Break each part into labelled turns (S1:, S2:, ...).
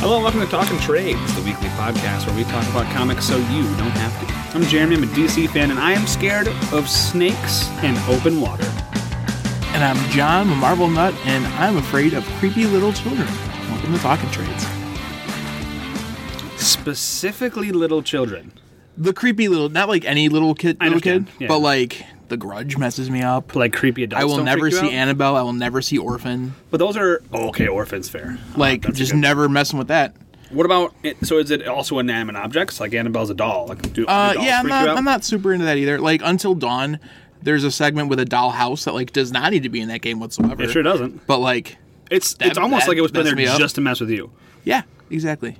S1: Hello, welcome to Talking Trades, the weekly podcast where we talk about comics so you don't have to. I'm Jeremy, I'm a DC fan, and I am scared of snakes and open water.
S2: And I'm John, a Marvel nut, and I'm afraid of creepy little children. Welcome to Talking Trades.
S1: Specifically, little children.
S2: The creepy little, not like any little kid,
S1: I
S2: little
S1: understand,
S2: kid,
S1: yeah.
S2: but like The Grudge messes me up.
S1: Like creepy adults.
S2: I will
S1: don't
S2: never
S1: freak you
S2: see
S1: out.
S2: Annabelle. I will never see Orphan.
S1: But those are oh, okay. Orphans, fair.
S2: Like,
S1: Ah, that's a
S2: just
S1: good-
S2: never messing with that.
S1: What about it, so? Is it also inanimate objects? Like Annabelle's a doll. Like do,
S2: Uh,
S1: do dolls
S2: yeah, I'm
S1: freak you
S2: not,
S1: out?
S2: I'm not super into that either. Like Until Dawn, there's a segment with a dollhouse that like does not need to be in that game whatsoever.
S1: It sure doesn't.
S2: But like,
S1: It's
S2: That-
S1: it's almost
S2: that
S1: like it was put there
S2: messed me up.
S1: just to mess with you.
S2: yeah, exactly.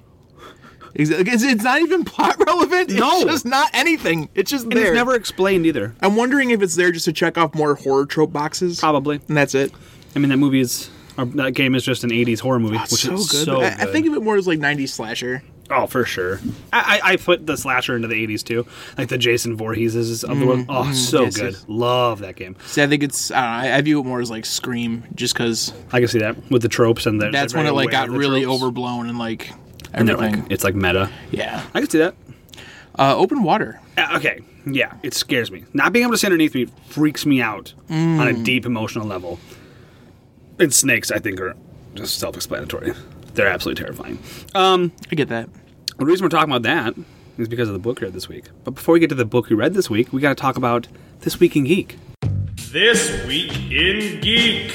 S2: Exactly. It's, it's not even plot relevant.
S1: No.
S2: it's just not anything. It's just
S1: And
S2: there.
S1: it's never explained either.
S2: I'm wondering if it's there just to check off more horror trope boxes.
S1: Probably.
S2: And that's it.
S1: I mean, that movie is or that game is just an '80s horror movie, which
S2: Oh, so
S1: is
S2: good.
S1: so
S2: but I,
S1: good.
S2: I think of it more as like 90s slasher.
S1: oh, for sure. I, I I put the slasher into the '80s too, like the Jason Voorheeses of the world. Oh, so
S2: Mm-hmm. yes,
S1: good.
S2: yes.
S1: Love that game.
S2: See, I think it's, I don't know, I, I view it more as like Scream just because
S1: I can see that with the tropes and the,
S2: that's
S1: they're
S2: when it
S1: very
S2: like
S1: aware
S2: got
S1: of the
S2: really
S1: tropes.
S2: overblown and like
S1: And they're
S2: everything.
S1: like it's like meta.
S2: yeah.
S1: I can see that.
S2: Uh, open water.
S1: Uh, okay, yeah, it scares me. Not being able to sit underneath me freaks me out
S2: Mm.
S1: on a deep emotional level. And snakes, I think, are just self-explanatory. They're absolutely terrifying.
S2: I get that.
S1: The reason we're talking about that is because of the book we read this week. But before we get to the book we read this week, we got to talk about this week in geek.
S3: This Week in Geek.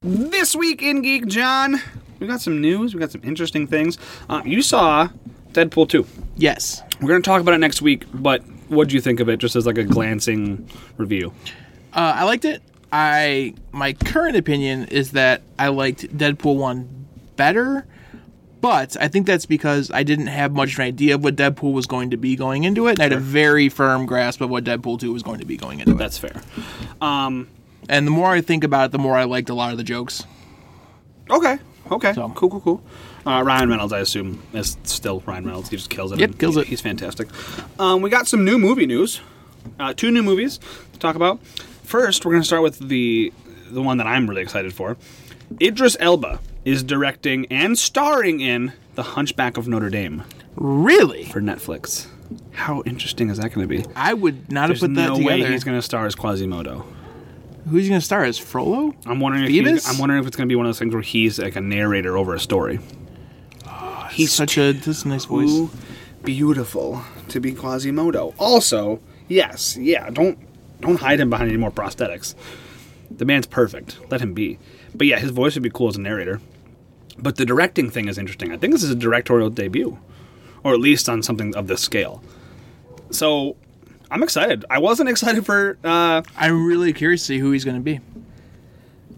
S1: This week in geek, John, we got some news. We got some interesting things. Uh, you saw Deadpool two.
S2: Yes.
S1: We're going to talk about it next week. But what do you think of it? Just as like a glancing review.
S2: Uh, I liked it. I my current opinion is that I liked Deadpool one better, but I think that's because I didn't have much of an idea of what Deadpool was going to be going into it, and I had a very firm grasp of what Deadpool two was going to be going into it.
S1: That's fair.
S2: And the more I think about it, the more I liked a lot of the jokes.
S1: Okay. Okay.
S2: So-
S1: Cool. Cool. Cool. Uh, Ryan Reynolds, I assume, is still Ryan Reynolds. He just kills it.
S2: Yep,
S1: And
S2: kills it.
S1: He's fantastic. Um, we got some new movie news. Uh, two new movies to talk about. First, we're going to start with the the one that I'm really excited for. Idris Elba is directing and starring in The Hunchback of Notre Dame
S2: Really,
S1: for Netflix. How interesting is that going to be?
S2: I would not
S1: There's
S2: have put that
S1: no way
S2: together.
S1: he's going to star as Quasimodo.
S2: Who's he going to star as Frollo?
S1: I'm wondering if
S2: Phoebus?
S1: he's, I'm wondering if it's going to be one of those things where he's like a narrator over a story.
S2: He's such a this nice voice.
S1: too beautiful to be Quasimodo. Also, yes, yeah, don't don't hide him behind any more prosthetics. The man's perfect. Let him be. But yeah, his voice would be cool as a narrator. But the directing thing is interesting. I think this is a directorial debut, or at least on something of this scale. So I'm excited. I wasn't excited for uh,
S2: I'm really curious to see who he's going to be.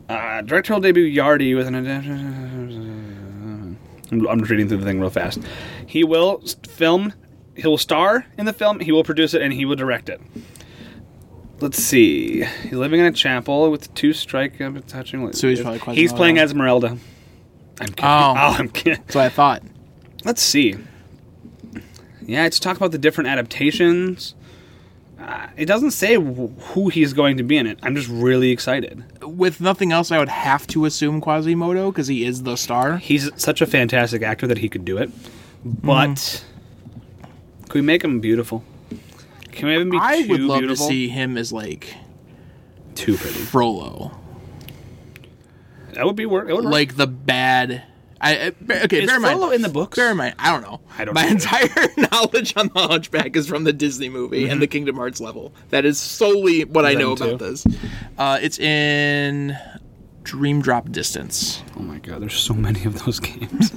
S1: uh, directorial debut Yardi with an. I'm, I'm just reading through the thing real fast. He will s- film. He will star in the film. He will produce it, and he will direct it. Let's see. He's living in a chapel with two strike up and touching.
S2: So he's probably
S1: he's
S2: Quasimodo.
S1: playing Esmeralda. I'm kidding.
S2: Oh.
S1: oh I'm kidding.
S2: That's what I thought.
S1: Let's see. Yeah, it's talk about the different adaptations. Uh, it doesn't say wh- who he's going to be in it. I'm just really excited.
S2: With nothing else, I would have to assume Quasimodo because he is the star.
S1: he's such a fantastic actor that he could do it. But
S2: Mm.
S1: can we make him beautiful? Can we have him be
S2: I
S1: too
S2: would love
S1: beautiful?
S2: to see him as like
S1: too pretty.
S2: Frollo,
S1: That would be work. It would work.
S2: like the bad. I, I ba- okay.
S1: Is
S2: bear in mind.
S1: Frollo in the books?
S2: Bear in mind. I don't know.
S1: I don't
S2: My
S1: know.
S2: entire knowledge on the Hunchback is from the Disney movie and the Kingdom Hearts level. That is solely what I
S1: Mm-hmm. Them
S2: know
S1: too.
S2: about this. Uh, it's in Dream Drop Distance.
S1: oh my god, there's so many of those games.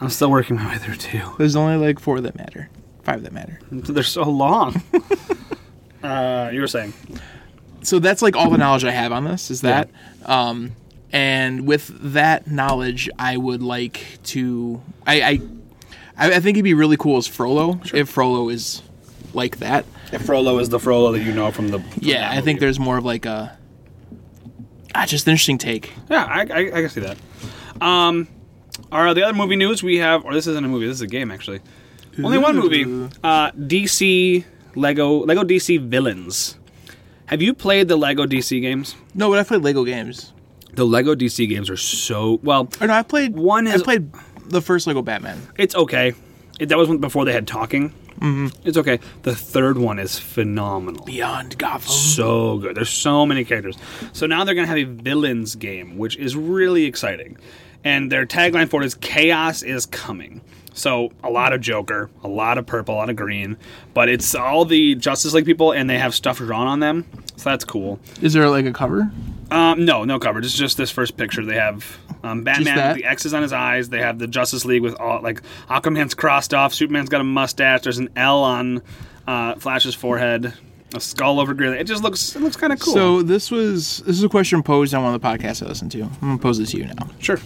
S1: I'm still working my way through too.
S2: There's only like four that matter, five that matter.
S1: They're so long. uh, you were saying
S2: so that's like all the knowledge I have on this is that. Um, and with that knowledge, I would like to. I I, I I think it'd be really cool as Frollo if Frollo is like that.
S1: if Frollo is the Frollo that you know from the from
S2: yeah,
S1: that
S2: I think
S1: movie.
S2: there's more of like a. Ah, just an interesting take.
S1: Yeah, I, I, I can see that. Um, our the other movie news we have, or this isn't a movie, this is a game actually. Only one movie.
S2: Ooh.
S1: Uh, DC Lego Lego DC Villains. Have you played the Lego DC games?
S2: No, but I played Lego games.
S1: The Lego DC games are so well.
S2: Or no, I played
S1: One is-
S2: I played the first Lego Batman.
S1: It's okay. It, that was when, before they had talking. Mm-hmm. It's okay. The third one is phenomenal.
S2: Beyond Gotham.
S1: so good. There's so many characters. So now they're going to have a villains game, which is really exciting. And their tagline for it is Chaos is Coming. So a lot of Joker, a lot of purple, a lot of green, but it's all the Justice League people and they have stuff drawn on them. So that's cool.
S2: Is there like a cover?
S1: Um, no, no coverage. It's just this first picture. They have um, Batman
S2: that?
S1: with the X's on his eyes. They have the Justice League with all like Aquaman's crossed off. Superman's got a mustache. There's an L on uh, Flash's forehead. A skull over Green. It just looks. It looks kind of cool.
S2: So this was this is a question posed on one of the podcasts I listened to. I'm gonna pose it to you now.
S1: sure.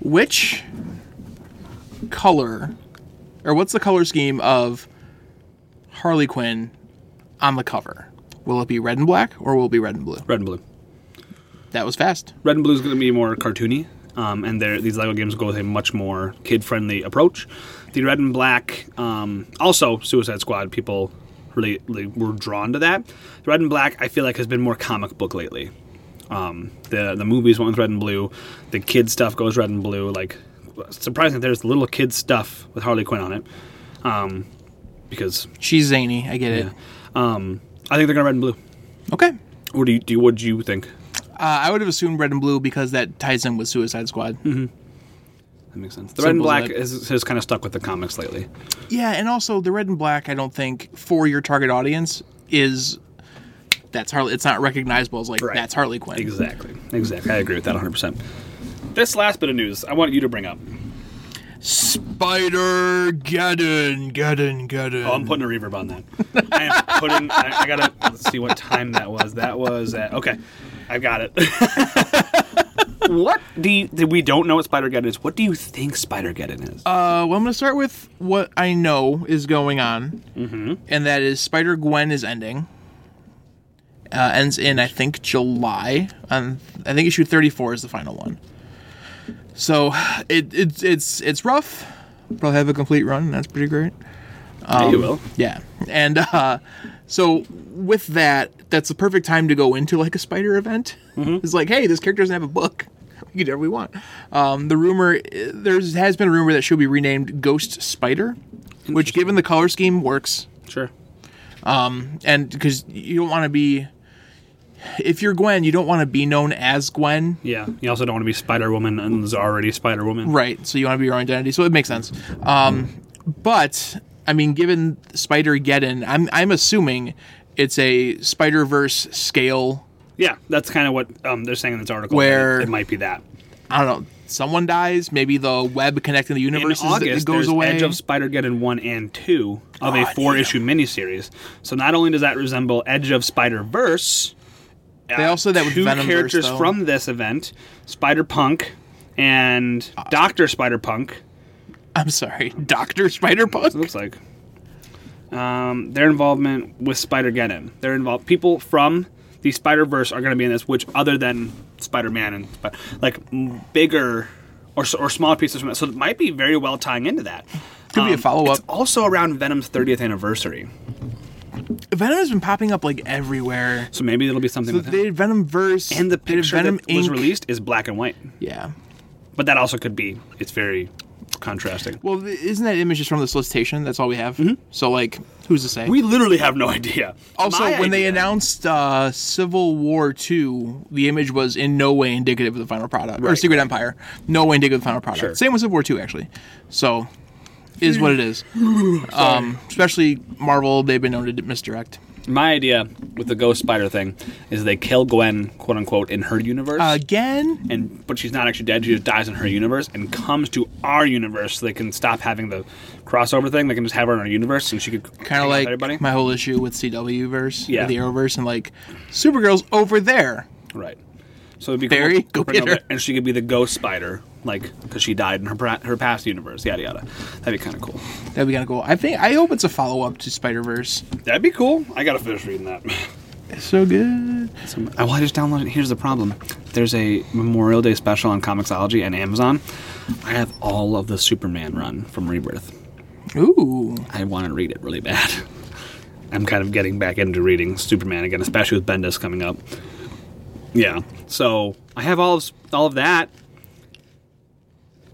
S2: Which color, or what's the color scheme of Harley Quinn on the cover? Will it be red and black, or will it be red and blue?
S1: Red and blue.
S2: That was fast.
S1: Red and blue is going to be more cartoony, um, and they're- these Lego games go with a much more kid-friendly approach. The red and black, um, also Suicide Squad people really, really were drawn to that. The red and black, I feel like, has been more comic book lately. Um, the the movies went with red and blue, the kid stuff goes red and blue. Like surprising, there's little kid stuff with Harley Quinn on it, um, because
S2: She's zany. I get it.
S1: um, I think they're going to red and blue.
S2: Okay. Uh,
S1: What do you, do you what do you think?
S2: I would have assumed red and blue because that ties in with Suicide Squad.
S1: That makes sense. The red and
S2: Simple as
S1: black
S2: that.
S1: is, has kind of stuck with the comics lately.
S2: Yeah, and also the red and black. I don't think for your target audience is that's Harley. It's not recognizable as like
S1: Right.
S2: that's Harley Quinn.
S1: Exactly. Exactly. I agree with that 100%. This last bit of news I want you to bring up.
S2: Spider Geddon, Geddon, Geddon.
S1: Oh, I'm putting a reverb on that. I am putting, I, I gotta, let's see what time that was. That was at, okay, I got it. what do you, that we don't know what Spider Geddon is. What do you think Spider Geddon is?
S2: Uh, well, I'm going to start with what I know is going on, and that is Spider Gwen is ending. Uh, ends in I think July. Um, I think issue 34 is the final one. So it, it it's it's rough. Probably have a complete run. That's pretty great.
S1: Yeah,
S2: Um,
S1: you will.
S2: Yeah, and uh, so with that, that's the perfect time to go into like a spider event. It's like, hey, this character doesn't have a book. We can do whatever we want. Um, the rumor there's has been a rumor that she'll be renamed Ghost Spider, which, given the color scheme, works.
S1: Sure.
S2: And because you don't want to be, if you're Gwen, you don't want to be known as Gwen.
S1: Yeah. You also don't want to be Spider Woman and there's already Spider Woman.
S2: Right. So you want to be your own identity. So it makes sense. Um, but I mean, given Spider Geddon, I'm I'm assuming it's a Spider Verse scale.
S1: Yeah. That's kind of what um, they're saying in this article.
S2: Where-
S1: it might be that.
S2: I don't know. Someone dies. Maybe the web connecting the
S1: in
S2: universes
S1: August,
S2: that goes
S1: there's
S2: away.
S1: Edge of Spider Geddon 1 and 2 of a
S2: God,
S1: four
S2: yeah.
S1: issue miniseries. So not only does that resemble Edge of Spider Verse,
S2: They also did that with
S1: two
S2: Venomverse,
S1: characters
S2: though.
S1: from this event Spider Punk and
S2: Ah,
S1: Dr. Spider Punk,
S2: I'm sorry, Doctor Spider
S1: it
S2: Punk.
S1: looks like. Um, their involvement with Spider Geddon. They're involved. People from the Spider Verse are going to be in this, which other than Spider Man and Spi- like m- bigger or, s- or smaller pieces from that. So it might be very well tying into that. Um,
S2: Could be a follow-up.
S1: It's also around Venom's 30th anniversary,
S2: Venom has been popping up like everywhere.
S1: so maybe it'll be something.
S2: The,
S1: with him.
S2: the Venom Verse
S1: And the
S2: they did
S1: picture that was
S2: Inc.
S1: released is black and white,
S2: Yeah.
S1: but that also could be. It's very contrasting.
S2: Well, th- isn't that image just from the solicitation? That's all we have. So like, who's to say?
S1: Mm-hmm. We literally have no idea.
S2: Also,
S1: My
S2: when they
S1: idea-
S2: announced uh, Civil War II, the image was in no way indicative of the final product. Or
S1: Right.
S2: Secret Empire. No way indicative of the final product.
S1: Sure.
S2: Same with Civil War II, actually. So, is what it is. um, especially Marvel, they've been known to misdirect.
S1: My idea with the ghost spider thing is they kill Gwen, quote unquote, in her universe,
S2: Again?
S1: and but she's not actually dead. She just dies in her universe and comes to our universe, so they can stop having the crossover thing. They can just have her in our universe, and she could hang
S2: Kind
S1: out
S2: of
S1: with
S2: like
S1: everybody.
S2: my whole issue with CW verse,
S1: Yeah.
S2: yeah. the Arrowverse, and like Supergirl's over there.
S1: right. So it'd be
S2: Barry,
S1: cool.
S2: go
S1: Bring
S2: get her.
S1: and she could be the ghost spider, like because she died in her pra- her past universe. Yada yada. That'd be kind of cool.
S2: That'd be kind of cool. I think I hope it's a follow up to Spider Verse.
S1: That'd be cool. I gotta finish reading that.
S2: So good.
S1: Some- oh, well, I just downloaded. it. Here's the problem: there's a Memorial Day special on Comixology and Amazon. I have all of the Superman run from Rebirth.
S2: Ooh.
S1: I want to read it really bad. I'm kind of getting back into reading Superman again, especially with Bendis coming up. Yeah, so I have all of all of that.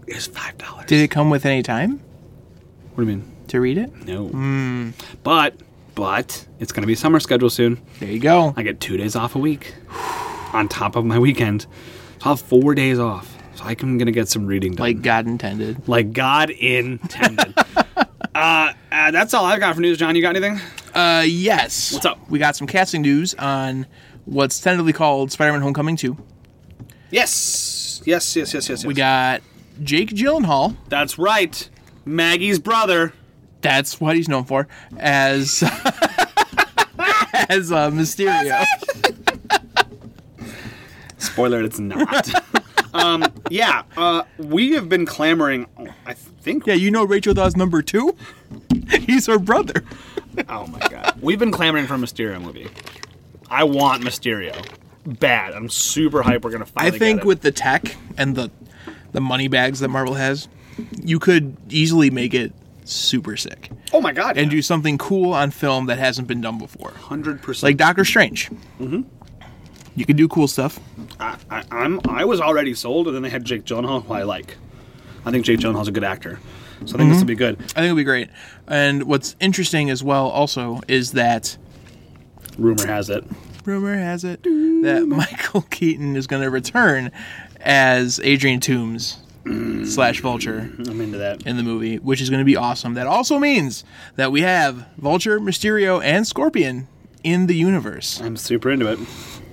S1: It's five dollars.
S2: Did it come with any time
S1: What do you mean?
S2: to read it?
S1: No. But but it's gonna be summer schedule soon.
S2: There you go.
S1: I get two days off a week on top of my weekend. So I'll have four days off. So I'm gonna get some reading done.
S2: Like God intended.
S1: like God intended. uh, uh, that's all I've got for news, John. You got anything?
S2: Uh, yes.
S1: What's up?
S2: We got some casting news on what's tentatively called Spider-Man: Homecoming 2.
S1: Yes. Yes, yes, yes, yes, yes.
S2: We got Jake Gyllenhaal.
S1: That's right. Maggie's brother.
S2: That's what he's known for as as uh, Mysterio.
S1: Spoiler, it's not. um, yeah, uh, we have been clamoring. oh, I think.
S2: Yeah, you know Rachel Dawes number two. he's her brother.
S1: Oh my god. We've been clamoring for a Mysterio movie. I want Mysterio. Bad. I'm super hyped. We're gonna
S2: I
S1: finally.
S2: think
S1: get it.
S2: with the tech and the the money bags that Marvel has, you could easily make it super sick
S1: Oh my god.
S2: and do something cool on film that hasn't been done before.
S1: hundred percent.
S2: Like Doctor Strange. Mm-hmm. You could do cool stuff.
S1: I, I, I'm I was already sold, and then they had Jake Gyllenhaal, who I like. I think Jake Gyllenhaal's a good actor, so I think this will be good.
S2: I think it'd be great. And what's interesting as well, also, is that
S1: Rumor has it.
S2: rumor has it that Michael Keaton is going to return as Adrian Toomes slash Vulture
S1: I'm into that.
S2: in the movie, which is going to be awesome. That also means that we have Vulture, Mysterio, and Scorpion in the universe.
S1: I'm super into it.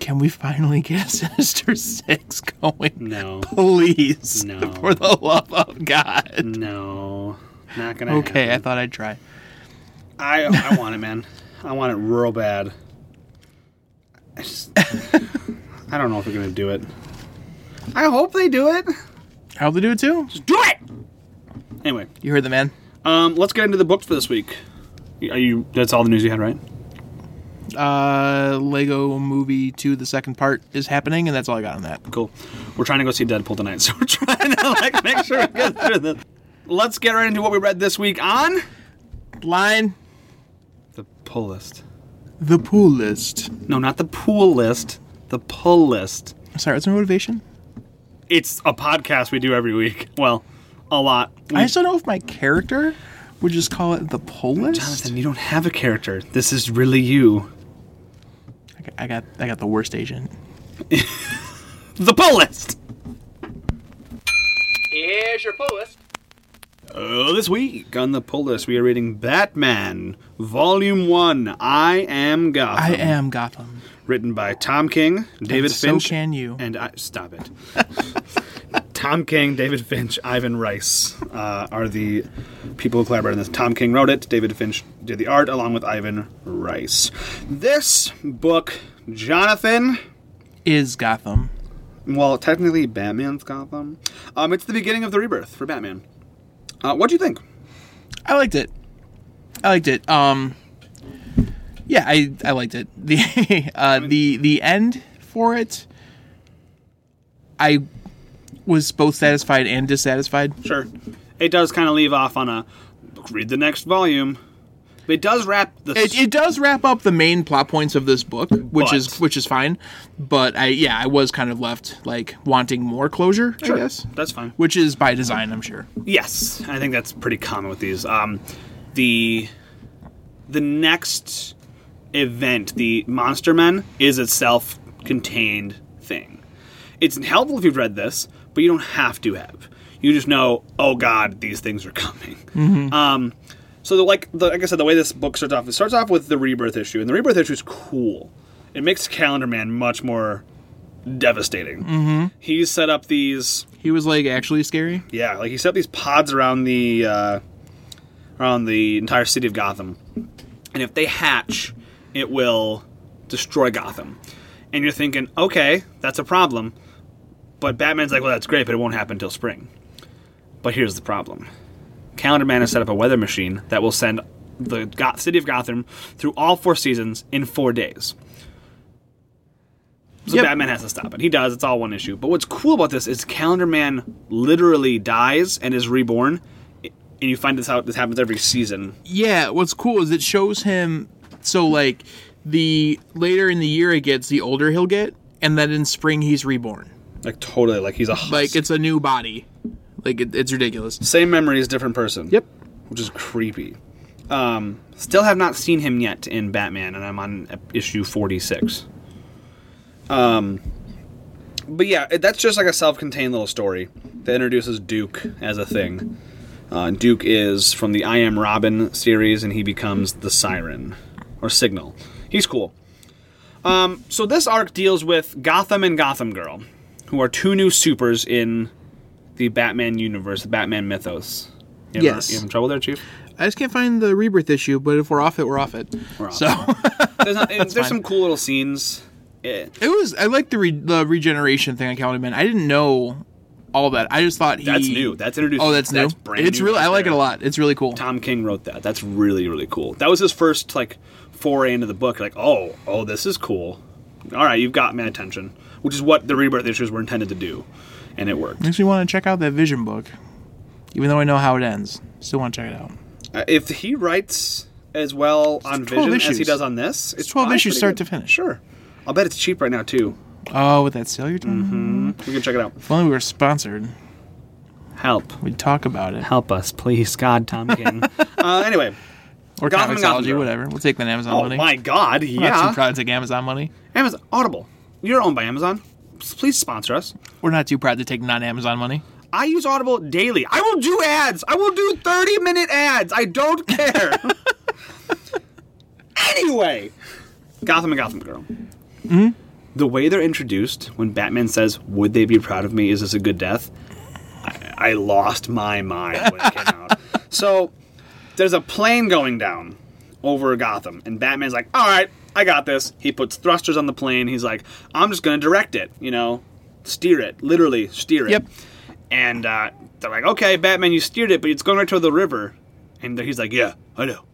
S2: Can we finally get a Sinister Six going?
S1: No.
S2: Please,
S1: No.
S2: for the love of God.
S1: No, not gonna.
S2: Okay, I
S1: happen.
S2: thought I'd try.
S1: I I want it, man. I want it real bad. I just I don't know if they're gonna do it. I hope they do it.
S2: I hope they do it too.
S1: Do it. Anyway,
S2: You heard the man.
S1: um, let's get into the book for this week. Are you? That's all the news you had, right?
S2: Uh, Lego Movie 2, the second part, is happening, and that's all I got on that.
S1: Cool. We're trying to go see Deadpool tonight, so we're trying to like make sure we get through this. Let's get right into what we read this week on
S2: Line
S1: the pull list.
S2: the pool list.
S1: No, not the pool list. The pull list.
S2: Sorry, what's my motivation?
S1: It's a podcast we do every week. Well, a lot.
S2: I just don't know if my character would just call it the pull list.
S1: Jonathan, you don't have a character. This is really you.
S2: I got- I got, I got the worst agent.
S1: The pull list.
S2: Here's your pull list.
S1: Oh, this week on the pull list, we are reading Batman, Volume One. I am Gotham.
S2: I am Gotham.
S1: written by Tom King, David
S2: so
S1: Finch,
S2: can you.
S1: and I stop it. Tom King, David Finch, Ivan Rice uh, are the people who collaborated on this. Tom King wrote it. David Finch did the art, along with Ivan Rice. This book, Jonathan.
S2: Is Gotham.
S1: Well, technically, Batman's Gotham. Um, it's the beginning of the rebirth for Batman. Uh, what do you think?
S2: I liked it. I liked it. Um, yeah, I, I liked it. The uh, the the end for it, I was both satisfied and dissatisfied.
S1: Sure, it does kind of leave off on a read the next volume. It does wrap the
S2: It, it does wrap up the main plot points of this book, which
S1: But-
S2: is which is fine. But I yeah, I was kind of left like wanting more closure. I guess.
S1: That's fine.
S2: Which is by design, I'm sure.
S1: Yes, I think that's pretty common with these. Um, the the next event, the Monster Men, is a self-contained thing. It's helpful if you've read this, but you don't have to have. You just know, oh God, these things are coming. Um, so, the, like the, like I said, the way this book starts off, it starts off with the rebirth issue, and the rebirth issue is cool. It makes Calendar Man much more devastating. Mm-hmm. He's set up these
S2: He was like actually scary.
S1: yeah, like he set up these pods around the uh, around the entire city of Gotham, and if they hatch, it will destroy Gotham. And you're thinking, okay, that's a problem, but Batman's like, well, that's great, but it won't happen until spring. But here's the problem: Calendar Man has set up a weather machine that will send the Go- city of Gotham through all four seasons in four days. So
S2: Yep.
S1: Batman has to stop it. He does. It's all one issue. But what's cool about this is Calendar Man literally dies and is reborn. I- And you find this out. This happens every season.
S2: Yeah, what's cool is it shows him so like the later in the year it gets, the older he'll get, and then in spring he's reborn.
S1: Like totally, like he's a husk.
S2: Like it's a new body. Like it, it's ridiculous.
S1: same memories, different person.
S2: Yep.
S1: which is creepy. Um, still have not seen him yet in Batman, and I'm on issue 46. Um, but yeah, it- that's just like a self-contained little story that introduces Duke as a thing. Uh, Duke is from the I Am Robin series, and he becomes the Siren or Signal. He's cool. Um, so this arc deals with Gotham and Gotham Girl, who are two new supers in the Batman universe, the Batman mythos. You having-
S2: Yes.
S1: you having trouble there, Chief?
S2: I just can't find the rebirth issue, but if we're off it, we're off it.
S1: We're off
S2: so
S1: there's not, there's
S2: fine.
S1: some cool little scenes. Eh,
S2: it was. I like the re, the regeneration thing on Calvin Man. I didn't know all that. I just thought he.
S1: That's new. That's introduced.
S2: Oh, that's new.
S1: brand
S2: it's
S1: new
S2: really.
S1: right
S2: I like it
S1: there.
S2: a lot. It's really cool.
S1: Tom King wrote that. That's really really cool. That was his first like foray into the book. Like, oh, oh, this is cool. All right, you've got my attention, which is what the rebirth issues were intended to do, and it worked.
S2: Makes me want to check out that Vision book, even though I know how it ends. Still want to check it out.
S1: Uh, if he writes as well on
S2: 12
S1: Vision as he
S2: issues.
S1: does on this, it's
S2: 12
S1: probably
S2: issues
S1: pretty
S2: start
S1: good.
S2: to finish.
S1: Sure, I'll bet it's cheap right now too.
S2: Oh, with that sale you're doing?
S1: We can check it out.
S2: If only we were sponsored,
S1: Help,
S2: we'd talk about it.
S1: help us, please, God, Tom King. uh, anyway,
S2: Or
S1: Gotham and Gotham
S2: Comixology,
S1: Girl.
S2: whatever. We'll take the Amazon
S1: oh
S2: money.
S1: my God,
S2: We're Not too
S1: yeah.
S2: proud to take Amazon money.
S1: Amazon Audible. You're owned by Amazon. S- Please sponsor us.
S2: We're not too proud to take non-Amazon money.
S1: I use Audible daily. I will do ads. I will do 30 minute ads. I don't care. anyway, Gotham and Gotham Girl. Mm-hmm. The way they're introduced when Batman says, Would they be proud of me? Is this a good death? I, I lost my mind when it came out. So there's a plane going down over Gotham, and Batman's like, "All right, I got this." He puts thrusters on the plane. He's like, "I'm just gonna direct it, you know, steer it, literally steer it."
S2: Yep.
S1: And uh, they're like, "Okay, Batman, you steered it, but it's going right toward the river." And he's like, "Yeah, I know."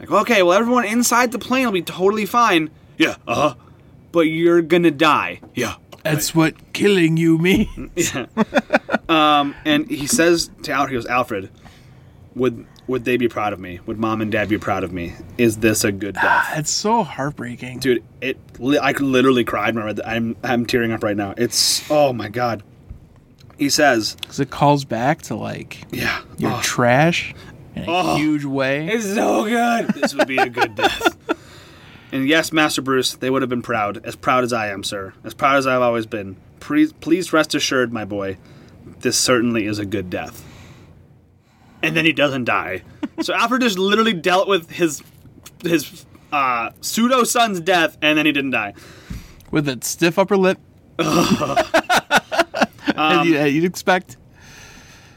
S1: Like, okay, well, everyone inside the plane will be totally fine. Yeah, uh huh. But you're gonna die. Yeah,
S2: That's what killing you means.
S1: and he says to Alfred, he goes, Alfred, would would they be proud of me? Would mom and dad be proud of me? Is this a good death?
S2: That's so heartbreaking.
S1: Dude, it li- I literally cried when I read that. I'm I'm tearing up right now. It's oh my god. He says,
S2: Because it calls back to like
S1: yeah,
S2: your
S1: oh,
S2: trash in a
S1: Oh.
S2: huge way.
S1: it's so good. This would be a good death. And yes, Master Bruce, they would have been proud, as proud as I am, sir, as proud as I've always been. Please, please rest assured, my boy, this certainly is a good death. And then he doesn't die. so Alfred just literally dealt with his his uh, pseudo son's death, and then he didn't die.
S2: with a stiff upper lip.
S1: Um,
S2: As you, would expect.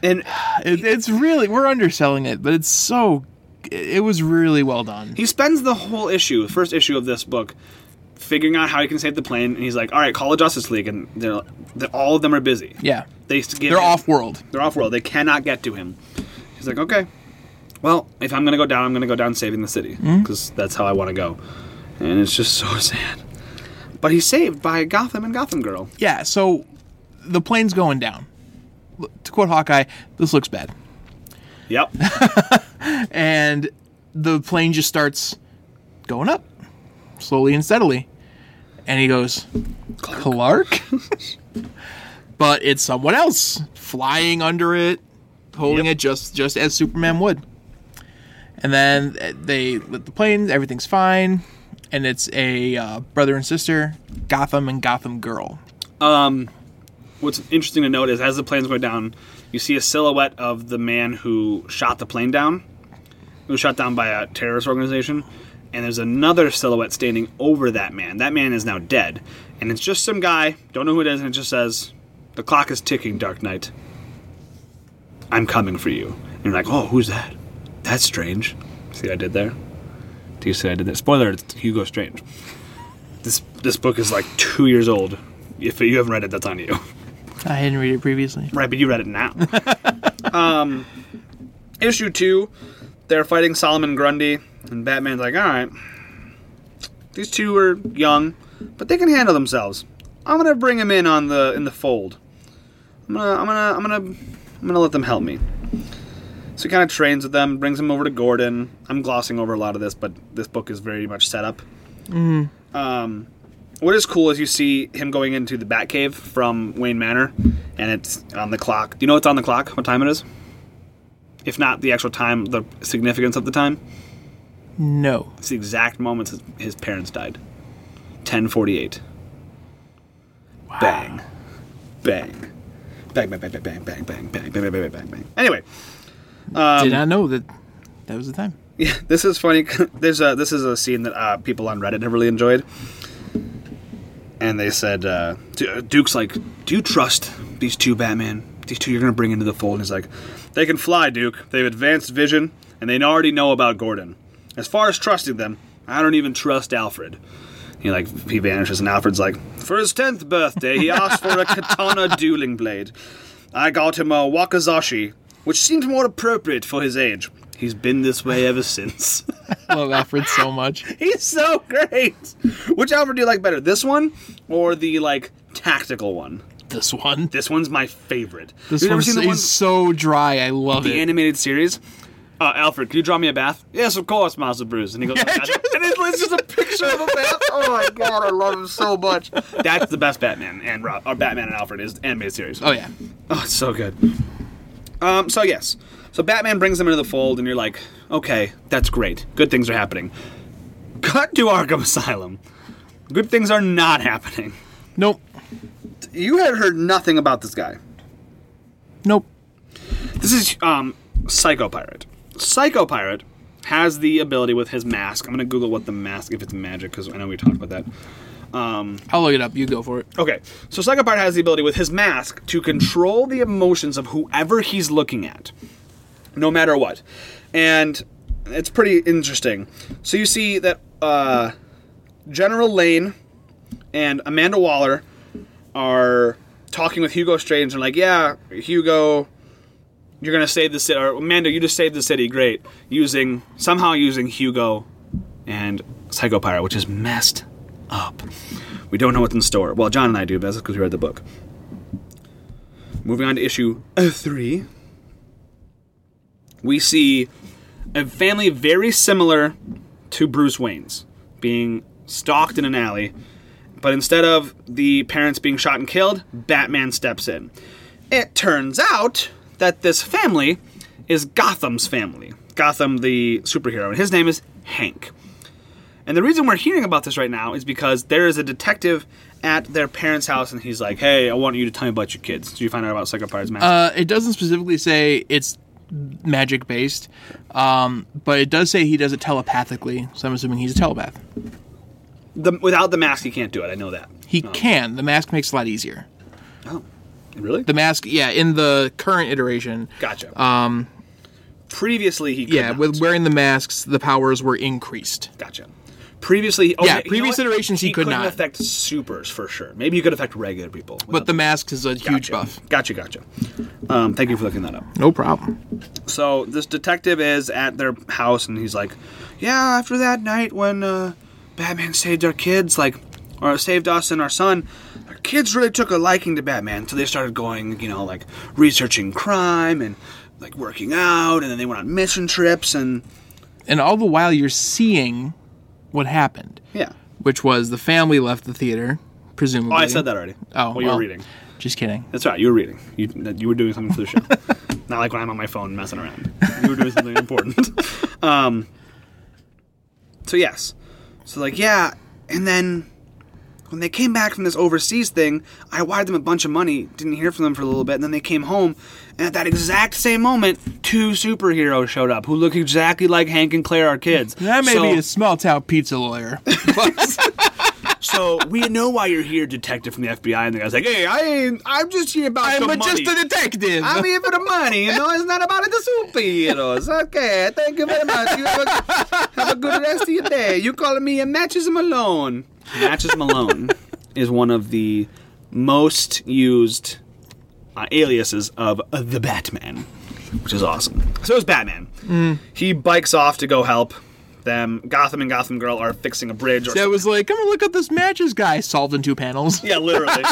S1: And
S2: It, it's really we're underselling it, but it's so. It, it was really well done.
S1: he spends the whole issue, the first issue of this book, figuring out how he can save the plane. And he's like, "All right, call the Justice League," and they're, they're all of them are busy.
S2: Yeah,
S1: They s- get
S2: they're
S1: him-
S2: off world.
S1: They're off world. They cannot get to him. He's like, okay, well, if I'm gonna go down, I'm gonna go down saving the city because that's how I want to go. And it's just so sad. But he's saved by Gotham and Gotham Girl.
S2: Yeah, so the plane's going down. L- To quote Hawkeye, this looks bad.
S1: Yep.
S2: And the plane just starts going up slowly and steadily. And he goes, Clark? but it's someone else flying under it, holding it just just as Superman would. And then uh, they let the plane, everything's fine. And it's a uh, brother and sister, Gotham and Gotham Girl.
S1: What's interesting to note is as the plane's going down, you see a silhouette of the man who shot the plane down. It was shot down by a terrorist organization. And there's another silhouette standing over that man. That man is now dead. And it's just some guy, don't know who it is, and it just says, The clock is ticking, Dark Knight. I'm coming for you. And you're like, Oh, who's that? That's strange. See what I did there? Do you see what I did there? Spoiler, it's Hugo Strange. This this book is like two years old. If you haven't read it, that's on you.
S2: I hadn't read it previously.
S1: Right, but you read it now. um, issue two, they're fighting Solomon Grundy, and Batman's like, all right, these two are young, but they can handle themselves. I'm gonna bring them in on the in the fold. I'm gonna I'm gonna I'm gonna I'm gonna let them help me. So he kind of trains with them, brings them over to Gordon. I'm glossing over a lot of this, but this book is very much set up. Um, What is cool is you see him going into the Batcave from Wayne Manor, and it's on the clock. Do you know what's on the clock? What time it is? If not the actual time, the significance of the time.
S2: No.
S1: It's the exact moment his, his parents died. 1048. Bang. Bang. Bang, bang, bang, bang, bang, bang, bang, bang, bang, bang, bang, bang, bang. Anyway,
S2: Did not know that that was the time.
S1: yeah, this is funny. There's a, this is a scene that uh, people on Reddit have really enjoyed. And they said, uh, Du- Duke's like, Do you trust these two Batman? These two you're going to bring into the fold? And he's like, They can fly, Duke. They have advanced vision, and they already know about Gordon. As far as trusting them, I don't even trust Alfred. He like he vanishes, and Alfred's like, for his tenth birthday, he asked for a katana dueling blade. I got him a wakizashi, which seemed more appropriate for his age. He's been this way ever since.
S2: Love Alfred so much.
S1: He's so great. Which Alfred do you like better, this one or the like tactical one?
S2: This one.
S1: This one's my favorite.
S2: This
S1: You've never
S2: one
S1: seen the one,
S2: is so dry. I love
S1: the
S2: it.
S1: animated series. Uh, Alfred, can you draw me a bath? Yes, of course, Master Bruce. And he goes, and it's it's just a picture of a bath. Oh my god, I love him so much. That's the best Batman and Rob, or Batman and Alfred is the animated series.
S2: oh yeah.
S1: Oh, it's so good. Um, so yes, so Batman brings them into the fold, and you're like, okay, that's great. Good things are happening. Cut to Arkham Asylum. Good things are not happening.
S2: Nope.
S1: You had heard nothing about this guy.
S2: Nope.
S1: This is um, Psycho Pirate. Psycho Pirate has the ability with his mask. I'm gonna Google what the mask, if it's magic, because I know we talked about that.
S2: I'll look it up. You go for it.
S1: Okay, so Psycho Pirate has the ability with his mask to control the emotions of whoever he's looking at, no matter what, and it's pretty interesting. So you see that uh, General Lane and Amanda Waller are talking with Hugo Strange and like, yeah, Hugo, you're gonna save the city. Or Amanda, you just saved the city. Great. Using somehow using Hugo and Psycho Pirate, which is messed up. We don't know what's in store. Well, John and I do, but that's because we read the book. Moving on to issue uh, three, we see a family very similar to Bruce Wayne's being stalked in an alley, but instead of the parents being shot and killed, Batman steps in. It turns out that this family is Gotham's family. Gotham, the superhero, and his name is Hank. And the reason we're hearing about this right now is because there is a detective at their parents' house, and he's like, "Hey, I want you to tell me about your kids." Do you find out about Psycho Pirate's mask?
S2: Uh, it doesn't specifically say it's magic based, um, but it does say he does it telepathically. So I'm assuming he's a telepath.
S1: the, without the mask, he can't do it. I know that.
S2: He can. The mask makes it a lot easier.
S1: Oh, really?
S2: The mask, yeah, in the current iteration,
S1: gotcha. Um, previously he could
S2: yeah,
S1: not.
S2: with wearing the masks, the powers were increased.
S1: gotcha. Previously, oh,
S2: Yeah,
S1: you know
S2: previous
S1: what?
S2: iterations he could
S1: couldn't
S2: not.
S1: affect supers for sure. Maybe you could affect regular people.
S2: But the mask is a huge buff.
S1: Gotcha, gotcha. Um, thank you for looking that up.
S2: No problem.
S1: So this detective is at their house, and he's like, "Yeah, after that night when uh, Batman saved our kids, like, or saved us and our son, our kids really took a liking to Batman. So they started going, you know, like researching crime and like working out, and then they went on mission trips, and
S2: And all the while, you're seeing what happened,
S1: yeah.
S2: which was the family left the theater, presumably.
S1: Oh, I said that already.
S2: Oh,
S1: well, you were
S2: well.
S1: reading.
S2: Just kidding.
S1: That's right. You were reading. You that you were doing something for the show. Not like when I'm on my phone messing around. You were doing something important. Um. So yes. So like yeah, and then when they came back from this overseas thing, I wired them a bunch of money. Didn't hear from them for a little bit, and then they came home. And at that exact same moment, two superheroes showed up who look exactly like Hank and Claire, our kids.
S2: That may
S1: So-
S2: be a small town pizza lawyer.
S1: So we know why you're here, detective from the FBI. And the guy's like, "Hey, I ain't. I'm just here about the
S2: I'm
S1: money."
S2: just a detective.
S1: I'm here for the money, you know. It's not about the superheroes. Okay, thank you very much. You have a, have a good rest of your day. You calling me a Matches Malone? Matches Malone is one of the most used uh, aliases of uh, the Batman, which is awesome. So is Batman. He bikes off to go help them. Gotham and Gotham Girl are fixing a bridge. Or
S2: that was like, come and look at this matches guy solved in two panels.
S1: yeah, literally.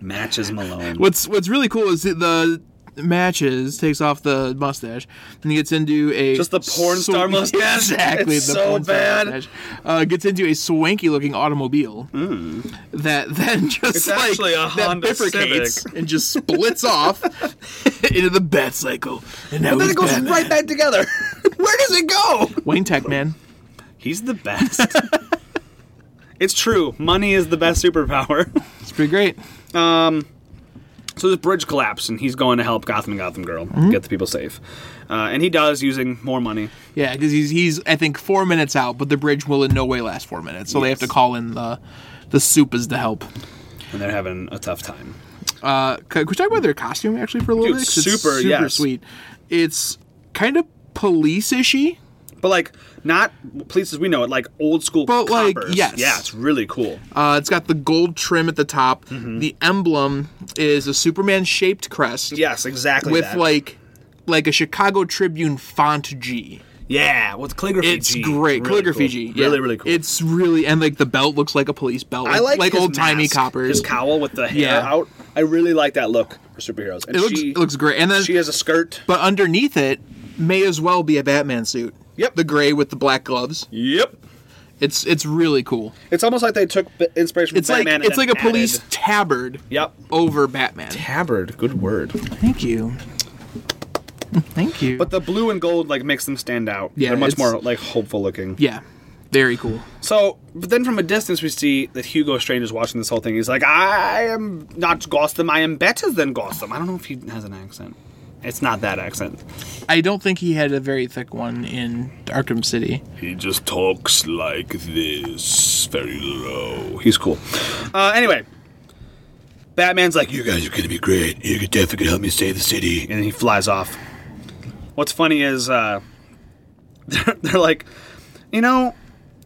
S1: Matches Malone.
S2: What's What's really cool is that the matches, takes off the mustache, and gets into a
S1: Just the porn star
S2: sw-
S1: mustache?
S2: Yeah, exactly,
S1: It's
S2: the
S1: so
S2: porn star
S1: bad.
S2: mustache. Uh, gets into a swanky looking automobile that then just
S1: Hmm. It's
S2: like
S1: actually a
S2: that
S1: Honda
S2: bifurcates and just splits off into the bat cycle, and now
S1: Then
S2: he's
S1: it goes
S2: Batman.
S1: right back together. Where does it go?
S2: Wayne Tech man.
S1: He's the best. it's true. Money is the best superpower.
S2: It's pretty great.
S1: So this bridge collapsed, and he's going to help Gotham and Gotham Girl
S2: Mm-hmm.
S1: get the people safe. Uh, and he does using more money.
S2: Yeah, because he's he's I think four minutes out, but the bridge will in no way last four minutes, so they have to call in the the soupas to help.
S1: and they're having a tough time.
S2: Uh, could, could we talk about their costume actually for a little
S1: Dude,
S2: bit? 'Cause
S1: super,
S2: it's super
S1: yes.
S2: sweet. It's kind of police-ishy.
S1: But like not places we know it, like old school.
S2: But, like,
S1: coppers.
S2: yes.
S1: yeah, it's really cool.
S2: Uh, it's got the gold trim at the top.
S1: Mm-hmm.
S2: The emblem is a Superman-shaped crest
S1: Yes, exactly.
S2: with
S1: that.
S2: like like a Chicago Tribune font G.
S1: yeah, with calligraphy.
S2: It's
S1: G.
S2: great.
S1: Really
S2: Calligraphy
S1: cool.
S2: G.
S1: Really,
S2: yeah.
S1: really cool.
S2: It's really and like the belt looks like a police belt.
S1: I like
S2: like
S1: his
S2: old timey
S1: mask,
S2: coppers.
S1: His cowl with the hair
S2: Yeah.
S1: out. I really like that look for superheroes. And
S2: It looks
S1: she,
S2: it looks great. And then
S1: She has a skirt.
S2: but underneath it may as well be a Batman suit.
S1: Yep.
S2: The gray with the black gloves.
S1: Yep.
S2: It's it's really cool.
S1: It's almost like they took b- inspiration from
S2: It's like
S1: Batman. and
S2: it's
S1: then
S2: like a police
S1: added-
S2: tabard
S1: Yep.
S2: over Batman.
S1: Tabard. Good word.
S2: Thank you. Thank you.
S1: But the blue and gold like makes them stand out.
S2: Yeah,
S1: they're much
S2: it's-
S1: more like hopeful looking.
S2: yeah. Very cool.
S1: So, but then from a distance, we see that Hugo Strange is watching this whole thing. He's like, I am not Gotham, I am better than Gotham. I don't know if he has an accent. It's not that accent.
S2: I don't think he had a very thick one in Arkham City.
S1: He just talks like this, very low. He's cool. Uh, anyway, Batman's like, You guys are gonna be great. You could definitely help me save the city. And he flies off. What's funny is, uh, they're, they're like, You know,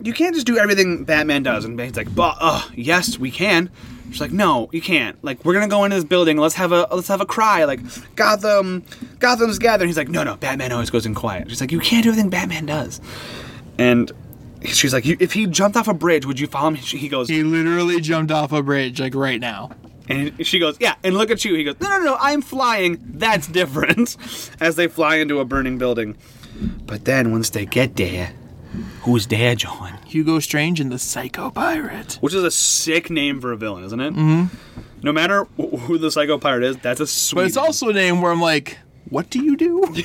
S1: you can't just do everything Batman does. And Batman's like, But, uh, yes, we can. She's like, no, you can't. Like, we're gonna go into this building. Let's have a let's have a cry. Like, Gotham, Gotham's gathering. He's like, no, no. Batman always goes in quiet. She's like, you can't do everything Batman does. And she's like, "You- if he jumped off a bridge, would you follow him? She- He goes,
S2: He literally jumped off a bridge like right now.
S1: and she goes, yeah, and look at you. He goes, no, no, no, I'm flying. That's different. As they fly into a burning building. But then once they get there, who's there, John?
S2: Hugo Strange and the Psycho Pirate.
S1: Which is a sick name for a villain, isn't it? Mm-hmm. No matter wh- who the psycho pirate is, that's a sweet.
S2: But it's also a name where I'm like, what do you do?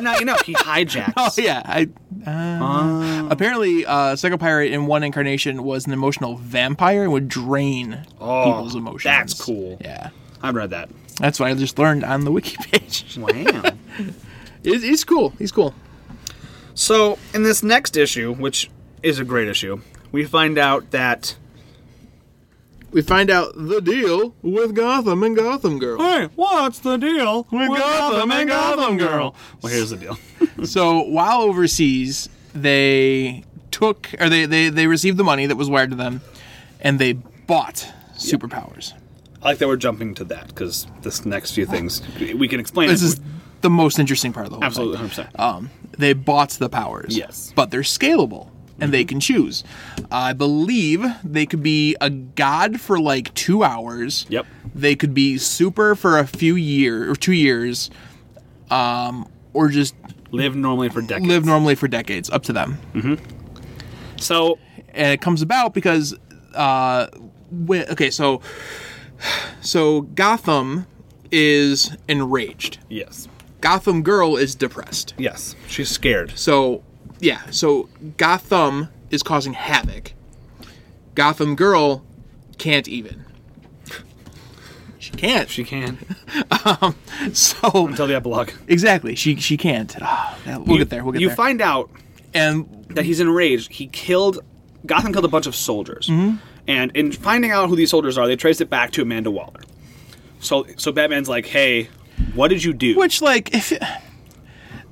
S1: now you know he hijacks.
S2: Oh yeah, I.
S1: Ah.
S2: Uh, Apparently, uh, Psycho Pirate in one incarnation was an emotional vampire and would drain people's emotions.
S1: Oh, that's cool.
S2: Yeah,
S1: I've read that.
S2: that's what I just learned on the wiki page.
S1: Wow.
S2: He's, he's cool. He's cool.
S1: So, in this next issue, which is a great issue, we find out that
S2: We find out the deal with Gotham and Gotham Girl.
S1: Hey, what's the deal with,
S2: Gotham and Gotham Girl?
S1: Well, here's the deal.
S2: so while overseas, they took or they, they they received the money that was wired to them, and they bought superpowers.
S1: I like that we're jumping to that because this next few things we can explain.
S2: This
S1: it.
S2: is the most interesting part of the whole thing.
S1: absolutely 100. percent
S2: Um, they bought the powers.
S1: Yes. Mhm.
S2: But they're scalable and they can choose. I believe they could be a god for like two hours.
S1: Yep.
S2: They could be super for a few year or two years, um, or just
S1: Live normally for decades. Mm.
S2: live normally for decades, up to them.
S1: So
S2: And it comes about because, uh, wi- okay, so so Gotham is enraged.
S1: yes,
S2: Gotham Girl is depressed.
S1: yes, she's scared.
S2: So, yeah, so Gotham is causing havoc. Gotham Girl can't even. She can't. Um,
S1: She can
S2: so
S1: until the epilogue.
S2: exactly, she she can't. Ah, we'll get there. We'll get
S1: you
S2: there.
S1: find out
S2: and
S1: that he's enraged. He killed Gotham killed a bunch of soldiers,
S2: Mm-hmm.
S1: and in finding out who these soldiers are, they traced it back to Amanda Waller. So so Batman's like, hey, what did you do?
S2: which like if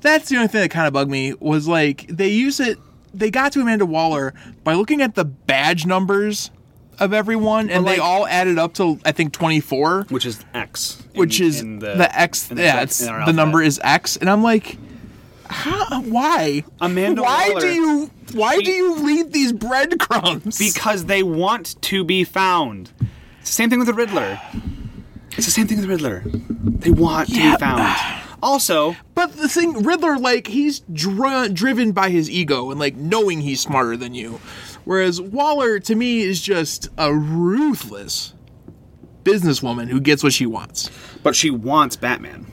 S2: that's the only thing that kind of bugged me was like they use it. They got to Amanda Waller by looking at the badge numbers of everyone, and they
S1: like-
S2: all added up to I think twenty four.
S1: which is X. in-
S2: which is
S1: in
S2: the, X.
S1: in
S2: yeah,
S1: in
S2: it's,
S1: our
S2: the
S1: alphabet.
S2: number is X, and I'm like, how? Why?
S1: Amanda
S2: Why
S1: Waller-
S2: do you? Why
S1: She-
S2: do you leave these breadcrumbs?
S1: because they want to be found. It's the same thing with the Riddler. It's the same thing as Riddler. They want to
S2: Yeah.
S1: be found. Also,
S2: But the thing, Riddler, like he's dr- driven by his ego and like knowing he's smarter than you, whereas Waller to me is just a ruthless businesswoman who gets what she wants.
S1: but she wants Batman.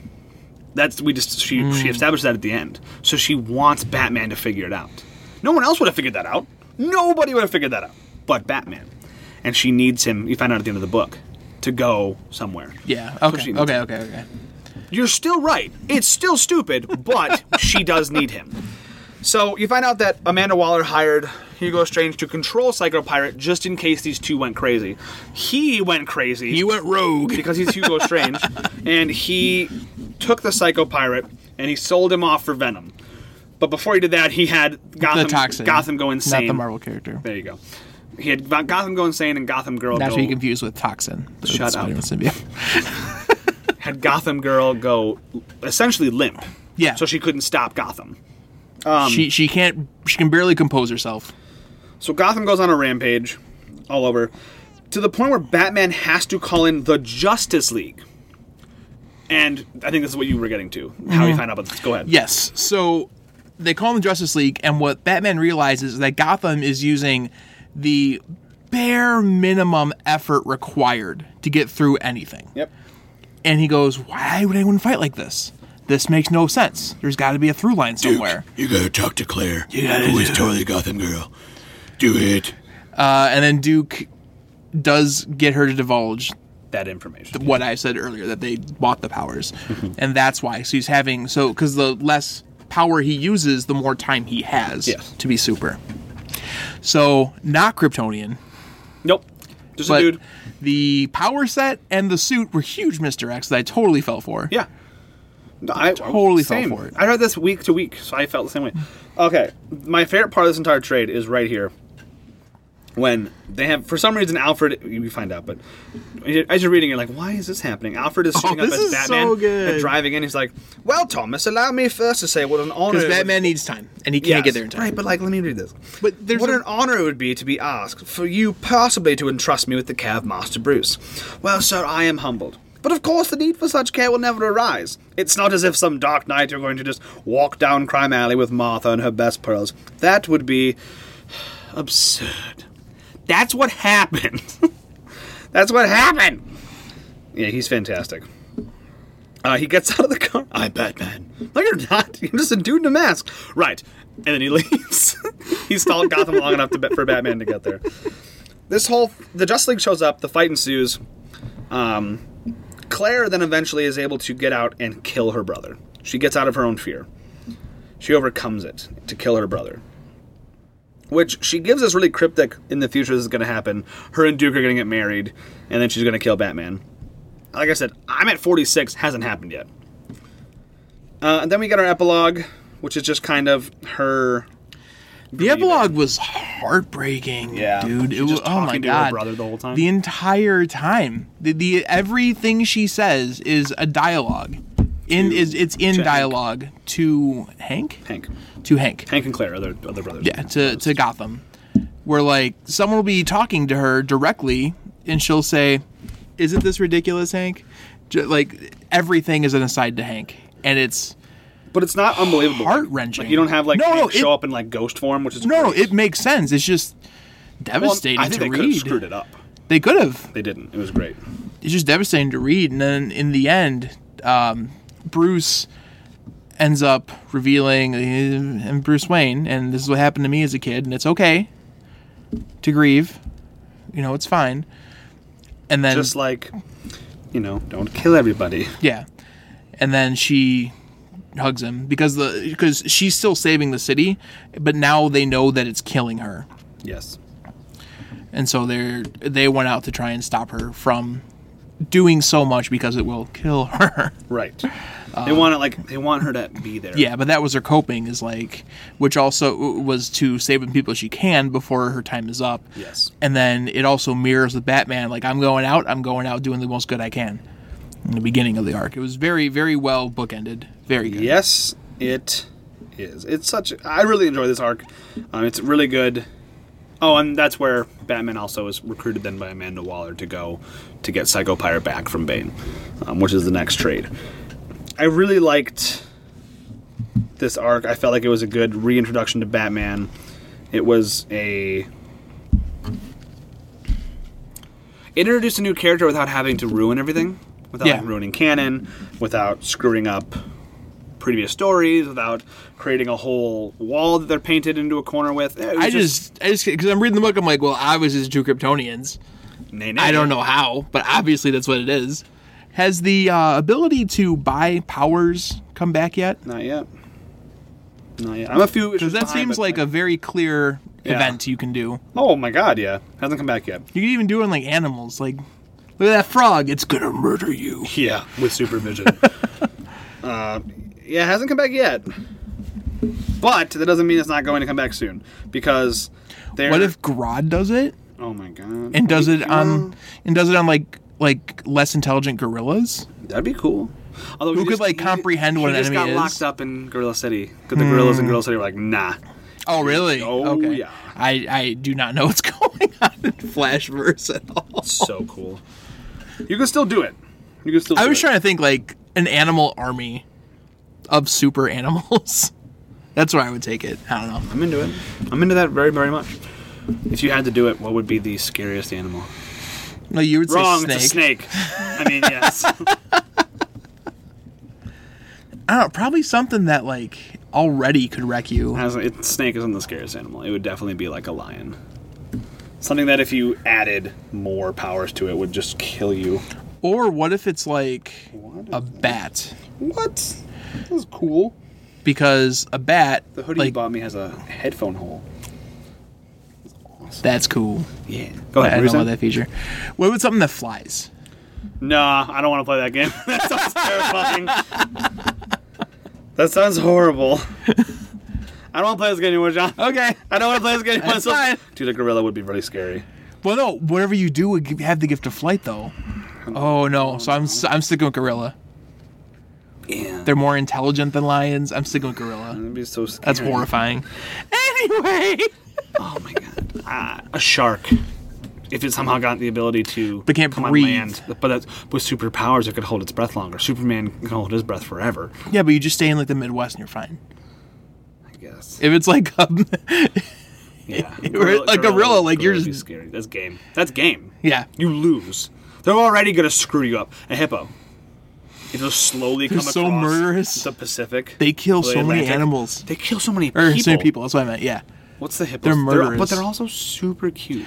S1: That's we just she she established that at the end. So she wants Batman to figure it out. No one else would have figured that out. Nobody would have figured that out, but Batman. And she needs him. You find out at the end of the book to go somewhere.
S2: Yeah.
S1: So
S2: Okay.
S1: she-
S2: Okay. Okay. Okay.
S1: You're still right. It's still stupid, but she does need him. So you find out that Amanda Waller hired Hugo Strange to control Psycho Pirate just in case these two went crazy. He went crazy
S2: You went rogue.
S1: because he's Hugo Strange, and he took the Psycho Pirate and he sold him off for Venom. But before he did that, he had Gotham,
S2: the toxin.
S1: Gotham go insane.
S2: Not the Marvel character.
S1: There you go. He had Go- Gotham go insane and Gotham Girl
S2: Not
S1: go,
S2: to be confused with toxin. the
S1: Shut up.
S2: Spider-Man symbiote.
S1: had Gotham Girl go essentially limp.
S2: Yeah.
S1: So she couldn't stop Gotham.
S2: she she can't. She can barely compose herself.
S1: So Gotham goes on a rampage all over to the point where Batman has to call in the Justice League. And I think this is what you were getting to. How
S2: Mm-hmm.
S1: you find out about this. Go ahead.
S2: Yes. So they call him the Justice League, and what Batman realizes is that Gotham is using the bare minimum effort required to get through anything.
S1: Yep.
S2: And he goes, Why would anyone fight like this? This makes no sense. There's got to be a through line somewhere.
S4: You gotta talk to Claire, who is totally Gotham girl. Do it.
S2: Uh, and then Duke does get her to divulge
S1: That information.
S2: what I said earlier that they bought the powers, and that's why. So he's having so because the less power he uses, the more time he has
S1: Yes.
S2: to be super. So not Kryptonian,
S1: Nope. Just
S2: but
S1: a dude.
S2: the power set and the suit were huge, Mister X. That I totally fell for.
S1: Yeah. No, I
S2: Totally fell
S1: same.
S2: for it.
S1: I read this week to week, so I felt the same way. Okay, my favorite part of this entire trade is right here. When they have, for some reason, Alfred, you find out, but as you're reading, you're like, why is this happening? Alfred is shooting up
S2: Oh, this
S1: as
S2: is
S1: Batman
S2: so good.
S1: and driving in. He's like, well, Thomas, allow me first to say what an honor.
S2: Because
S1: it would-
S2: Batman needs time, and he
S1: Yes.
S2: can't get there in time.
S1: Right, but like, let me read this.
S2: But there's
S1: what
S2: a-
S1: an honor it would be to be asked for you possibly to entrust me with the care of Master Bruce. Well, sir, I am humbled. But of course, the need for such care will never arise. It's not as if some dark night you're going to just walk down Crime Alley with Martha and her best pearls. That would be absurd. That's what happened. That's what happened. Yeah, he's fantastic. Uh, he gets out of the car.
S4: I'm Batman.
S1: No, you're not. You're just a dude in a mask. Right. And then he leaves. he stalled Gotham long enough to, for Batman to get there. This whole the Justice League shows up. The fight ensues. Um, Claire then eventually is able to get out and kill her brother. She gets out of her own fear. She overcomes it to kill her brother. Which she gives us really cryptic in the future. This is going to happen. Her and Duke are going to get married, and then she's going to kill Batman. Like I said, I'm at 46. Hasn't happened yet. Uh, and then we got our epilogue, which is just kind of her.
S2: The epilogue was heartbreaking,
S1: Yeah.
S2: dude.
S1: She's
S2: It was
S1: just
S2: oh my
S1: talking to her
S2: god.
S1: brother the whole time.
S2: The entire time, the, the everything she says is a dialogue. In is it's
S1: to
S2: in
S1: Hank.
S2: dialogue to Hank,
S1: Hank.
S2: to Hank,
S1: Hank and Claire, other other brothers.
S2: yeah, to to Gotham, where like someone will be talking to her directly, and she'll say, "Isn't this ridiculous, Hank?" Ju- like everything is an aside to Hank, and it's
S1: But it's not unbelievable.
S2: Heart-wrenching.
S1: Like, you don't have like
S2: No,
S1: Hank
S2: no, it-
S1: show up in like ghost form, which is
S2: no, no,
S1: great.
S2: it makes sense. It's just
S1: Well,
S2: devastating
S1: I think they
S2: to
S1: could have
S2: read.
S1: screwed it up.
S2: They could have.
S1: They didn't. It was great.
S2: it's just devastating to read. And then in the end, um, Bruce ends up revealing uh, and Bruce Wayne, and this is what happened to me as a kid, and it's okay to grieve. You know, it's fine. And then
S1: Just like, you know, don't kill everybody.
S2: yeah, and then she hugs him because the because she's still saving the city, but now they know that it's killing her,
S1: Yes.
S2: and so they're they went out to try and stop her from doing so much because it will kill her.
S1: Right. they
S2: Um,
S1: want it like they want her to be there.
S2: Yeah, but that was her coping is like, which also was to save the people she can before her time is up.
S1: Yes.
S2: And then it also mirrors with Batman, like I'm going out, I'm going out doing the most good I can. In the beginning of the arc, it was very, very well bookended. Very good.
S1: Yes, it is. It's such. I really enjoy this arc. Um, it's really good. Oh, and that's where Batman also is recruited then by Amanda Waller to go to get Psycho Pirate back from Bane, um, which is the next trade. I really liked this arc. I felt like it was a good reintroduction to Batman. It was a it introduced a new character without having to ruin everything, without
S2: Yeah.
S1: ruining canon, without screwing up previous stories, without creating a whole wall that they're painted into a corner with. It was
S2: I just, I just, because I'm reading the book, I'm like, well, obviously it's two Kryptonians.
S1: nay, nay.
S2: I don't know how, but obviously that's what it is. Has the uh, ability to buy powers come back yet?
S1: Not yet. Not yet. I'm a few.
S2: Because that seems like a very clear
S1: Yeah.
S2: event you can do.
S1: Oh my god, yeah. Hasn't come back yet.
S2: You can even do it on like animals. Like, look at that frog. It's gonna murder you.
S1: Yeah, with supervision. uh, yeah, it hasn't come back yet. But that doesn't mean it's not going to come back soon because they're.
S2: What if Grodd does it
S1: Oh my god.
S2: and does it um, on and does it on like like less intelligent gorillas?
S1: That'd be cool. Although
S2: Who could, like, comprehend what
S1: he
S2: an
S1: just
S2: enemy
S1: got
S2: is? Hmm.
S1: locked up in Gorilla City because the gorillas in Gorilla City were like, nah.
S2: Oh really?
S1: Oh,
S2: okay.
S1: yeah.
S2: I I do not know what's going on in Flashverse at all.
S1: So cool. You can still do it. You can still.
S2: I
S1: do
S2: was
S1: it.
S2: trying to think like an animal army of super animals. That's where I would take it. I don't know.
S1: I'm into it. I'm into that very, very much. If you had to do it, what would be the scariest animal?
S2: No, you would
S1: Wrong,
S2: say snake.
S1: it's a snake. I mean, yes.
S2: I don't know, probably something that like already could wreck you.
S1: As- it- snake isn't the scariest animal. It would definitely be like a lion. Something that if you added more powers to it would just kill you.
S2: Or what if it's like a bat?
S1: What? This is cool.
S2: Because a bat,
S1: The hoodie you
S2: like,
S1: bought me has a headphone hole.
S2: that's cool.
S1: Yeah. Go
S2: I
S1: ahead.
S2: don't
S1: Rusa.
S2: know that feature. What about something that flies?
S1: Nah, I don't want to play that game. that sounds terrifying. that sounds horrible. I don't want to play this game anymore, John.
S2: Okay.
S1: I don't want to play this game anymore.
S2: That's
S1: So-
S2: fine.
S1: Dude, a gorilla would be really scary.
S2: Well, no. Whatever you do, would g- have the gift of flight, though. Oh no! So I'm s- I'm sticking with gorilla.
S1: Yeah.
S2: They're more intelligent than lions. I'm sticking with gorilla.
S1: That'd be so scary.
S2: That's horrifying. Anyway,
S1: Oh my god. Ah, a shark. If it somehow got the ability to
S2: But can't
S1: come
S2: breathe.
S1: on land, but that's, with superpowers, it could hold its breath longer. Superman can hold his breath forever.
S2: yeah, but you just stay in like the Midwest and you're fine.
S1: I guess.
S2: If it's like um,
S1: Yeah.
S2: Or like gorilla, like you're
S1: gorilla would be
S2: just-
S1: scary. That's game. That's game.
S2: yeah,
S1: You lose. They're already gonna screw you up. A hippo. It'll slowly come
S2: so
S1: across
S2: murderous.
S1: the Pacific.
S2: they kill
S1: the
S2: so many
S1: Atlantic.
S2: animals
S1: They kill so many
S2: or
S1: people.
S2: so many people. That's what I meant. Yeah,
S1: What's the hippo?
S2: They're murderous.
S1: but they're also super cute.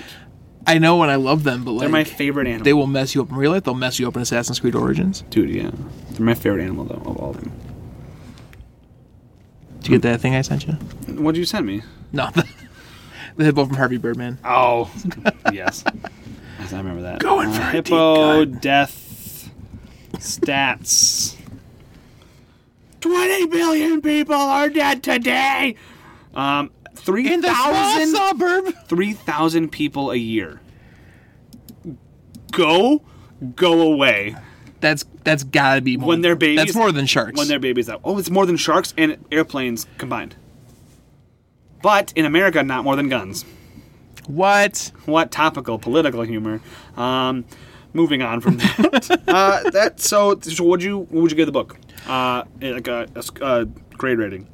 S2: I know, and I love them, but like
S1: They're my favorite animal.
S2: they will mess you up in real life. They'll mess you up in Assassin's Creed Origins.
S1: Dude, yeah. They're my favorite animal though of all of them.
S2: Did you get that thing I sent you?
S1: What did you send me?
S2: No, the, the hippo from Harvey Birdman.
S1: Oh, yes. Yes, I remember that.
S2: Going for a deep
S1: hippo
S2: cut.
S1: death stats. Twenty billion people are dead today. Um, three thousand
S2: suburb.
S1: 3,000 people a year. Go, go away
S2: That's that's gotta be more,
S1: when they're babies.
S2: That's more than sharks.
S1: When they're babies, out. Oh, it's more than sharks and airplanes combined. But in America, not more than guns.
S2: what?
S1: What topical political humor? Um, moving on from that. uh, that so, so would you what would you give the book? Uh, like a, a s- uh, grade rating.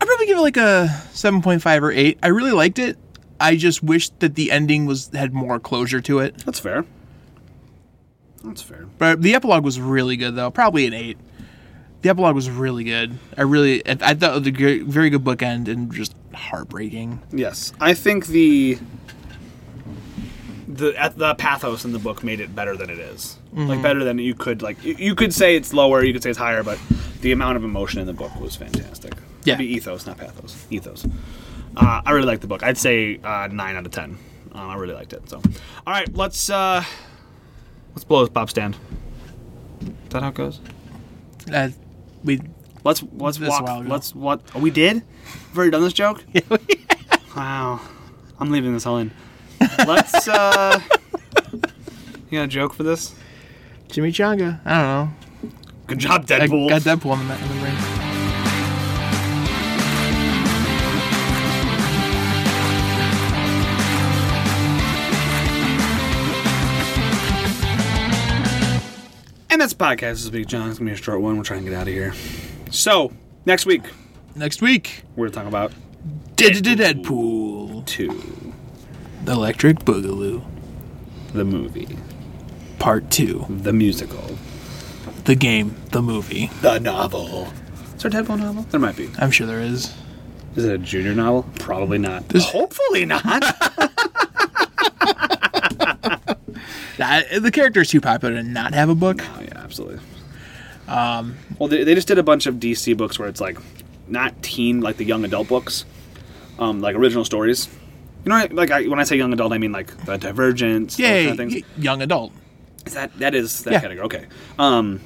S2: I'd probably give it like a seven point five or eight. I really liked it. I just wish that the ending was had more closure to it.
S1: That's fair. That's fair.
S2: But the epilogue was really good though. Probably an eight. The epilogue was really good. I really I I thought it was a gre- very good bookend and just heartbreaking.
S1: Yes, I think the the at- the pathos in the book made it better than it is. Like better than you could like you- you could say it's lower, you could say it's higher, but the amount of emotion in the book was fantastic.
S2: Yeah.
S1: It'd be ethos, not pathos. Ethos. Uh, I really liked the book. I'd say uh, nine out of ten. Um, I really liked it. So, all right, let's uh, let's blow this pop stand. Is that how it goes?
S2: Uh, we
S1: Let's let's
S2: This while
S1: walk.
S2: ago.
S1: Let's what oh, we did. We've already done this joke. wow, I'm leaving this all in. Let's. uh You got a joke for this?
S2: Jimmy Changa. I don't know.
S1: Good job,
S2: I
S1: Deadpool.
S2: got Deadpool on the, in the ring.
S1: that's the podcast this week, John. It's gonna be a short one. We're trying to get out of here. So next week
S2: Next week,
S1: we're gonna talk about
S2: Deadpool,
S1: two,
S2: The Electric Boogaloo,
S1: the movie,
S2: Part Two,
S1: the musical,
S2: the game, the movie.
S1: the novel. Is there a Deadpool novel? There might be.
S2: I'm sure there is.
S1: Is it a junior novel? Probably not. Hopefully not.
S2: That- the character is too popular to not have a book.
S1: oh yeah, absolutely. Um, well, they, they just did a bunch of DC books where it's like not teen, like the young adult books, um, like original stories. You know, I- like I, when I say young adult, I mean like the Divergence. those
S2: Yay,
S1: kind of things.
S2: y- young adult.
S1: Is that that is that
S2: Yeah.
S1: category. Okay. Um.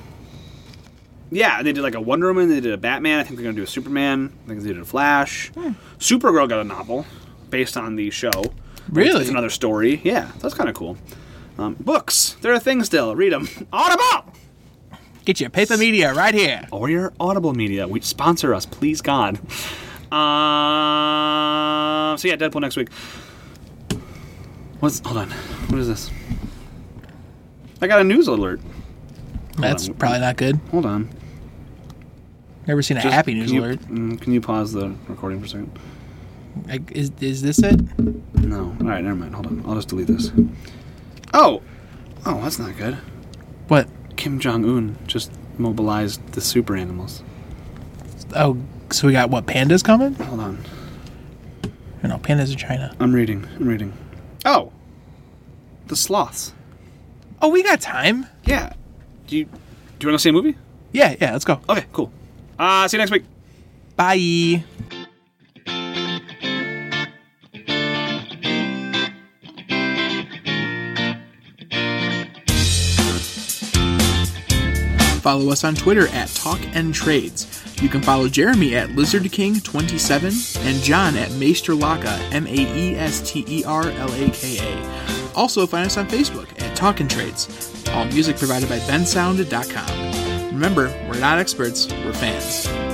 S1: Yeah, they did like a Wonder Woman. They did a Batman. I think they're gonna do a Superman. I think they did a Flash.
S2: Hmm.
S1: Supergirl got a novel based on the show.
S2: Really?
S1: it's another story. Yeah, that's kind of cool. Um, books. They're a thing still. Read them. Audible
S2: Get your paper media right here.
S1: or your Audible Media. We sponsor us, please God. Um. So yeah, Deadpool next week. What's? Hold on. What is this? I got a news alert.
S2: That's
S1: on.
S2: probably not good.
S1: Hold on.
S2: Never seen a
S1: Just-
S2: happy news
S1: can you-
S2: alert.
S1: mm, can you pause the recording for a second?
S2: Like, is, is this it?
S1: No. All right, never mind. Hold on. I'll just delete this. Oh, oh, that's not good.
S2: What?
S1: Kim Jong Un just mobilized the super animals.
S2: Oh, so we got what? Pandas coming?
S1: Hold on.
S2: No, pandas in China.
S1: I'm reading. I'm reading. Oh, the sloths.
S2: Oh, we got time.
S1: Yeah. Do you do you want to see a movie?
S2: Yeah, yeah. Let's go.
S1: Okay, cool. Uh, see you next week.
S2: Bye. Follow us on Twitter at Talk and Trades. You can follow Jeremy at Lizard King 27 and John at Maester Laka, M A E S T E R L A K A. Also, find us on Facebook at Talk and Trades. All music provided by bensound.com. Remember, we're not experts, we're fans.